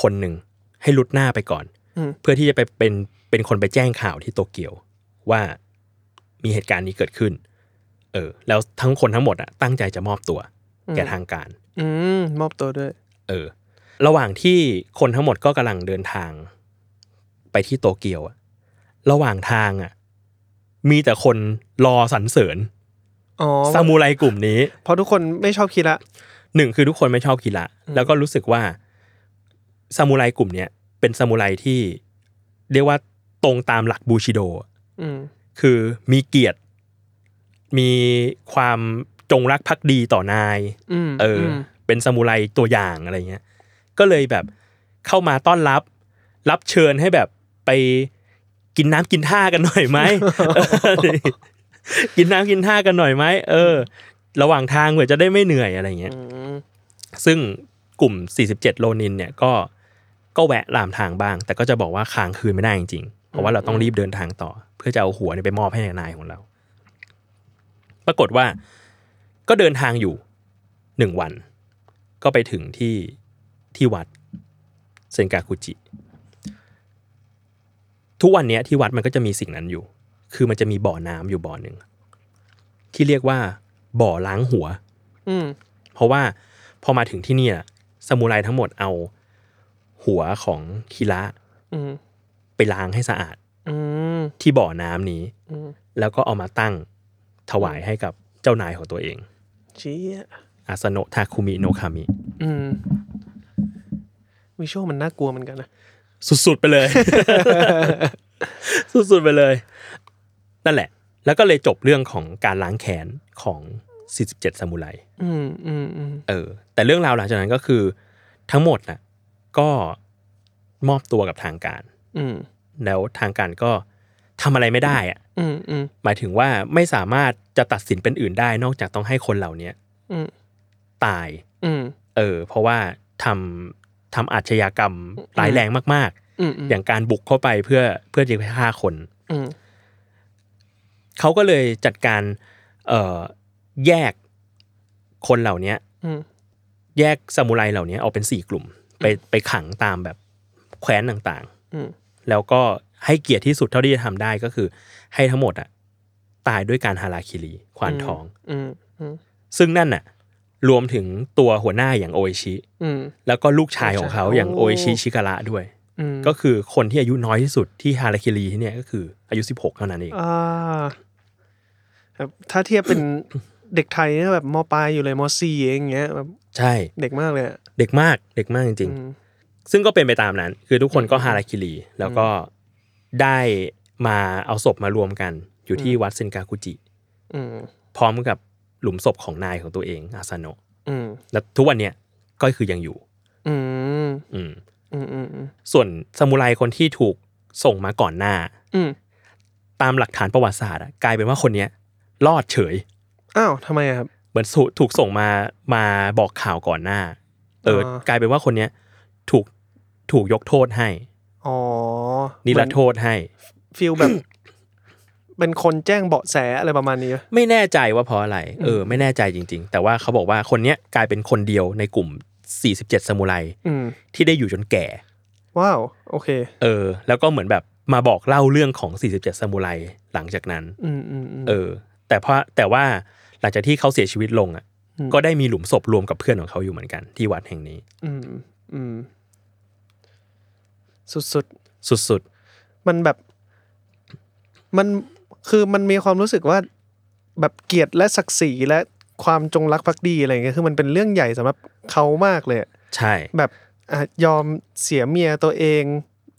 คนหนึ่ง ให้ลุดหน้าไปก่อน
อืม
เพื่อที่จะไปเป็นเป็นคนไปแจ้งข่าวที่โตเกียว ว่ามีเหตุการณ์นี้เกิดขึ้น เออ แล้วทั้งคนทั้งหมดอ่ะตั้งใจจะมอบตัว แก่ทางการ
อืมมอบตัวด้วย
เออ ระหว่างที่คนทั้งหมดก็กำลังเดินทาง ไปที่โตเกียวอะระหว่างทางอะมีแต่คนรอสรรเสริญ
อ๋อ
ซามูไรกลุ่มนี้
เพราะทุกคนไม่ชอบคิระ
หนึ่งคือทุกคนไม่ชอบกีฬาแล้วก็รู้สึกว่าซามูไรกลุ่มเนี้ยเป็นซามูไรที่เรียกว่าตรงตามหลักบูชิโดอะ
อืม
คือมีเกียรติ มีความจงรักภักดีต่อนาย
อืม
เอออ
ม
เป็นซามูไรตัวอย่างอะไรเงี้ย ก็เลยแบบเข้ามาต้อนรับ รับเชิญให้แบบไปกินน้ำกินท่ากันหน่อยไหม กินน้ำกินท่ากันหน่อยไหมเออ ระหว่างทางเผื่อจะได้ไม่เหนื่อยอะไรเงี้ย
อืม
ซึ่งกลุ่ม 47 โลนินเนี่ยก็ก็แวะลามทางบ้าง แต่ก็จะบอกว่าค้างคืนไม่ได้จริงๆ เพราะว่าเราต้องรีบเดินทางต่อ เพื่อจะเอาหัวเนี่ยไปมอบให้นายของเรา ปรากฏว่าก็เดินทางอยู่หนึ่งวัน ก็ไปถึงที่ที่วัดเซนกาคุจิ ทุกวันเนี้ยที่วัดมันก็จะมีสิ่งนั้นอยู่ คือมันจะมีบ่อน้ำอยู่บ่อหนึ่งที่เรียกว่า บ่อล้างหัว
อืม
เพราะว่าพอมาถึงที่เนี่ยสมุไรทั้งหมดเอาหัวของคิระ
อืม
ไปล้างให้สะอาด
อืม
ที่บ่อน้ำนี้
อืม
แล้วก็เอามาตั้งถวายให้กับเจ้านายของตัวเอง
เชี้
อาสโนะทาคุมิโนคามิ
อืมวิชวลมันน่ากลัวเหมือนกันนะ
สุดๆไปเลย สุดๆไปเลย นั่นแหละ แล้วก็เลยจบเรื่องของการล้างแค้นของ 47ซามูไร
อืมอืมอืม
เออแต่เรื่องราวหลังจากนั้นก็คือทั้งหมดน่ะก็มอบตัวกับทางการ
อืม
แล้วทางการก็ทำอะไรไม่ได้อะ
อืมอืม
หมายถึงว่าไม่สามารถจะตัดสินเป็นอื่นได้ นอกจากต้องให้คนเหล่าเนี้ย
อืม
ตาย
อืม
เออ เพราะว่าทำทำอาชญากรรมร้ายแรงมาก
อืม
ๆ อย่างการบุกเข้าไปเพื่อเพื่อจะฆ่าคน
อืม
เขาก็เลยจัดการเอ่อแยกคนเหล่าเนี้ย
อืม
แยกซามูไรเหล่านี้ออกเป็นสี่กลุ่ม ไปไปขังตามแบบแคว้นต่าง
อืม
ๆ แล้วก็ให้เกียรติที่สุดเท่าที่จะทำได้ก็คือ ให้ทั้งหมดอะตายด้วยการฮาราคิรีควานทอง
อืมอืม
ซึ่งนั่นน่ะรวมถึงตัวหัวหน้าอย่างโออิชิ
อืม
แล้วก็ลูกชายของเขา
โอ้
อย่างโออิชิชิการะด้วย
อืม
ก็คือคนที่อายุน้อยที่สุดที่ฮาราคิรีที่เนี่ยก็คืออายุ 16 เท่านั้นเอง
อ่าแบบถ้าเทียบเป็น เด็กไทยเนี่ยแบบมปลายอยู่เลยมสี่เองอย่างเงี้ยแบบ
ใช่
เด็กมากเลยอะ
เด็กมากเด็กมากจริง
อืม
ๆ ซึ่งก็เป็นไปตามนั้น คือทุกคนก็ฮาราคิรีแล้วก็ได้มาเอาศพมารวมกัน อยู่ที่วัดเซนกาคุจิ
อืม
พร้อมกับหลุมศพของนายของตัวเองอาซาโนะ
อืม
และทุกวันเนี้ยก็คือยังอยู่
อืม
อืม
อืมอืมอืม
ส่วนซามูไรคนที่ถูกส่งมาก่อนหน้า
อืม
ตามหลักฐานประวัติศาสตร์อะกลายเป็นว่าคนเนี้ยรอดเฉย
อ้าวทำไมอะครับ
เหมือนสุถูกส่งมามาบอกข่าวก่อนหน้า เออ
อ่าก
ลายเป็นว่าคนเนี้ยถูกถูกยกโทษให้
อ๋อ
นิรโทษให้
ฟิลแบบ เป็นคนแจ้งเบาะแสอะไรประมาณนี้ปะ
ไม่แน่ใจว่าเพราะอะไร เออ ไม่แน่ใจจริง ๆ แต่ว่าเขาบอกว่าคนเนี้ยกลายเป็นคนเดียวในกลุ่ม 47ซามูไร
อืม
ที่ได้อยู่จนแก่
ว้าว โอเค
เออ แล้วก็เหมือนแบบมาบอกเล่าเรื่องของ 47ซามูไรหลังจากนั้น
อืมอืมอืม
เออ แต่เพราะแต่ว่าหลังจากที่เขาเสียชีวิตลงอ่ะ
อืม
ก็ได้มีหลุมศพรวมกับเพื่อนของเขาอยู่เหมือนกันที่วัดแห่งนี้
อืมอืมสุด
สุด
ๆ มันแบบ มันคือมันมีความรู้สึกว่า แบบเกียรติและศักดิ์ศรีและความจงรักภักดีอะไรเงี้ยคือมันเป็นเรื่องใหญ่สำหรับเขามากเลยอะ
ๆ ใช่
แบบอ่ะยอมเสียเมียตัวเอง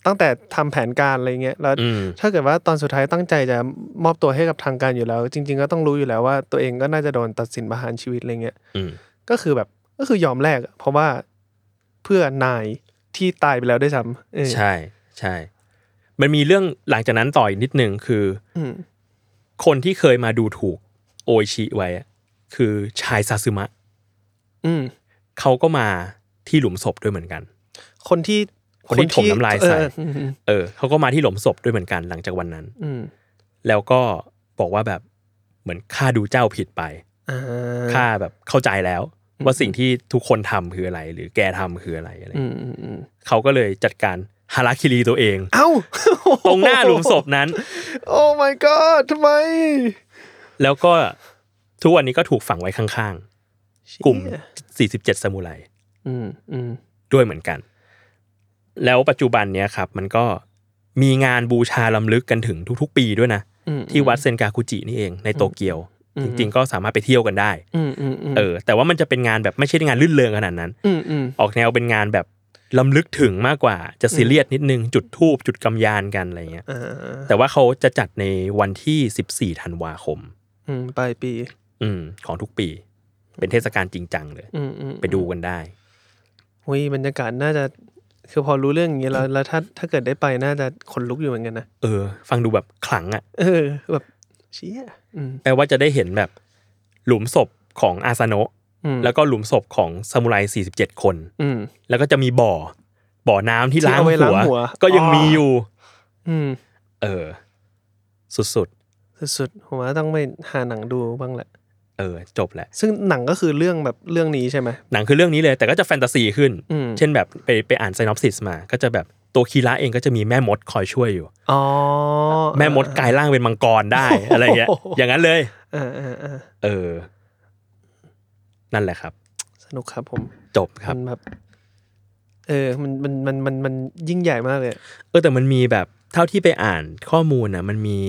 ตั้งแต่ทำแผนการอะไรเงี้ยแล้ว
อืม
ถ้าเกิดว่าตอนสุดท้ายตั้งใจจะมอบตัวให้กับทางการอยู่แล้ว จริง ๆ ก็ต้องรู้อยู่แล้วว่าตัวเองก็น่าจะโดนตัดสินประหารชีวิตอะไรเงี้ย
อืม
ก็คือแบบก็คือยอมแลกอะเพราะว่าเพื่อนายที่ตายไปแล้วด้วยซ้ำเออ
ใช่ใช่ มันมีเรื่องหลังจากนั้นต่ออีกนิดนึงคือ
อืม
คนที่เคยมาดูถูกโออิชิไว้อะคือชายซาซึมะ
อืม
เขาก็มาที่หลุมศพด้วยเหมือนกัน
คนที่
คนที่ถมน้ำลายใส่
เอออืม
เออเขาก็มาที่หลุมศพด้วยเหมือนกันหลังจากวันนั้น
อืม
แล้วก็บอกว่าแบบเหมือนข้าดูเจ้าผิดไป
อ่า
ข้าแบบเข้าใจแล้ว ว่าสิ่งที่ทุกคนทำคืออะไร หรือแกทำคืออะไรอะไร
อืมอืมอืม
เขาก็เลยจัดการฮาราคิรีตัวเอง
เอ้า
ตรงหน้าหลุมศพนั้น
โอ้ my god ทำไม
แล้วก็ทุกวันนี้ก็ถูกฝังไว้ข้างๆ กลุ่ม
เชี่ย
47ซามูไร
อืมอืม
ด้วยเหมือนกัน แล้วปัจจุบันเนี้ยครับมันก็มีงานบูชาลำลึกกันถึงทุกๆ ปีด้วยนะ
อืม
ที่วัดเซนกาคุจินี่เองในโตเกียว
อื
จ
ม
ริงๆ ก็สามารถไปเที่ยวกันได้
อืมอืมอืม
เออ แต่ว่ามันจะเป็นงานแบบไม่ใช่งานลื่นเริงขนาดนั้น
อืมอืม
ออกแนวเป็นงานแบบลำลึกถึงมากกว่า จะซีเรียสนิดนึง จุดทูบจุดกำยานกันอะไรเงี้ย
อ่า
แต่ว่าเขาจะจัดในวันที่ 14ธันวาคม
อืมปลายปี
อืมของทุกปี เป็นเทศกาลจริงจังเลย
อืมอืม
ไปดูกันได้
อุ้ยบรรยากาศน่าจะคือพอรู้เรื่องอย่างนี้แล้วแล้วถ้าถ้าเกิดได้ไปน่าจะขนลุกอยู่เหมือนกันนะ
เออ ฟังดูแบบขลังอะ
เออ แบบเชี่ยอืม
แปลว่าจะได้เห็นแบบหลุมศพของอาซาโนะ
อืม
แล้วก็หลุมศพของซามูไร 47 คน
อืม
แล้วก็จะมีบ่อ บ่อน้ำที่
ที่
ล้าง
เอาไว้
หัว
ล้างหัว
ก็ยัง
อ๋อ
มีอยู่
อืม
เออ สุด
สุดๆผมว่าต้องไปหาหนังดูบ้างแหละ
ๆ เออ จบแหละ
ซึ่งหนังก็คือเรื่องแบบเรื่องนี้ใช่ไหม
หนังคือเรื่องนี้เลย แต่ก็จะแฟนตาซีขึ้น
อืม
เช่นแบบไปไปอ่านไซนอปซิสมา ก็จะแบบตัวคีระเองก็จะมีแม่มดคอยช่วยอยู่
อ๋อ
แม่มดกลายร่างเป็นมังกรได้ อะไรอย่างเงี้ย
โอ้โห
อย่างนั้นเลย
อ่าอ่าอ่า
เออ นั่นแหละครับ
สนุกครับผม
จบครับ
มันแบบ เออ มันมันมันมันมันยิ่งใหญ่มากเลย
เออแต่มันมีแบบเท่าที่ไปอ่านข้อมูลนะมันมี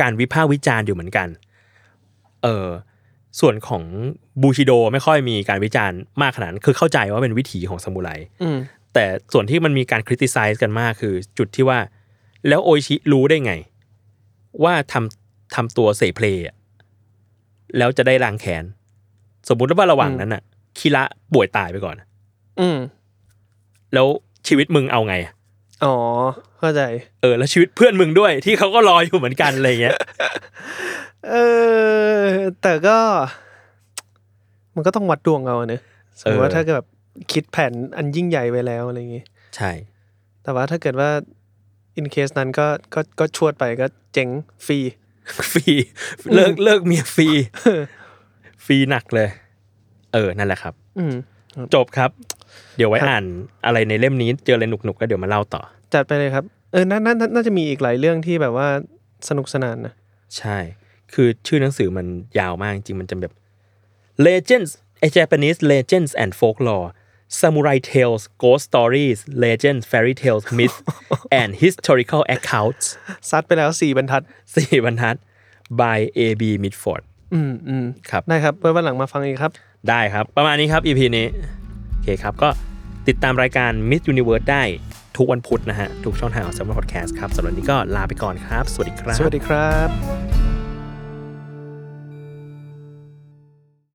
การวิพากษ์วิจารณ์อยู่เหมือนกัน เออส่วนของบูชิโดไม่ค่อยมีการวิจารณ์มากขนาดนั้นคือเข้าใจว่าเป็นวิถีของซามูไร
อืม
แต่ส่วนที่มันมีการคริติไซส์กันมากคือจุดที่ว่า แล้วโออิชิรู้ได้ไง ว่าทำทำตัวเสเพลย์อะแล้วจะได้ล้างแขน สมมุติว่าระหว่างนั้นอะคิระป่วยตายไปก่อน
อืม
แล้วชีวิตมึงเอาไงอะ
อ๋อ เข้าใจ
เออแล้วชีวิตเพื่อนมึงด้วยที่เขาก็รออยู่เหมือนกันอะไรเงี้ย
เออแต่ก็ มันก็ต้องวัดดวงเอาเนอะสมมติว่า
เออ
ถ้าเกิดแบบคิดแผนอันยิ่งใหญ่ไว้แล้วอะไรอย่างงี้
ใช่
แต่ว่าถ้าเกิดว่าอินเคสนั้นก็ก็ก็ชวดไปก็เจ๋งฟรี
ฟรีเลิกเลิกเมียฟ รีฟรีหนักเลย เออนั่นแหละครับ
อืม
จบครับ เดี๋ยวไว้
ครับ
อ่านอะไรในเล่มนี้เจออะไรหนุกๆก็เดี๋ยวมาเล่าต่อ
จัดไปเลยครับ เออน่าน่าน่าน่าจะมีอีกหลายเรื่องที่แบบว่าสนุกสนานนะ
ใช่ คือชื่อหนังสือมันยาวมากจริงมันจะแบบ Legends a Japanese Legends and Folklore Samurai Tales Ghost Stories Legends Fairy Tales Myths and Historical Accounts
ซัดไปแล้วสี่บรรทัด
สี่บรรทัด by A.B. Mitford
อืมอืม
ครับ
ได้ครับไว้วันหลังมาฟังอีกครับ
ได้ครับ ประมาณนี้ครับ EP นี้ โอเคครับ ก็ติดตามรายการ Miss Universe ได้ทุกวันพุธนะฮะ ทุกช่องทางของ s ซ m ม n Podcast ครับสำหรับวันนี้ก็ลาไปก่อนครับ สวัสดีครับ
สวัสดีครับ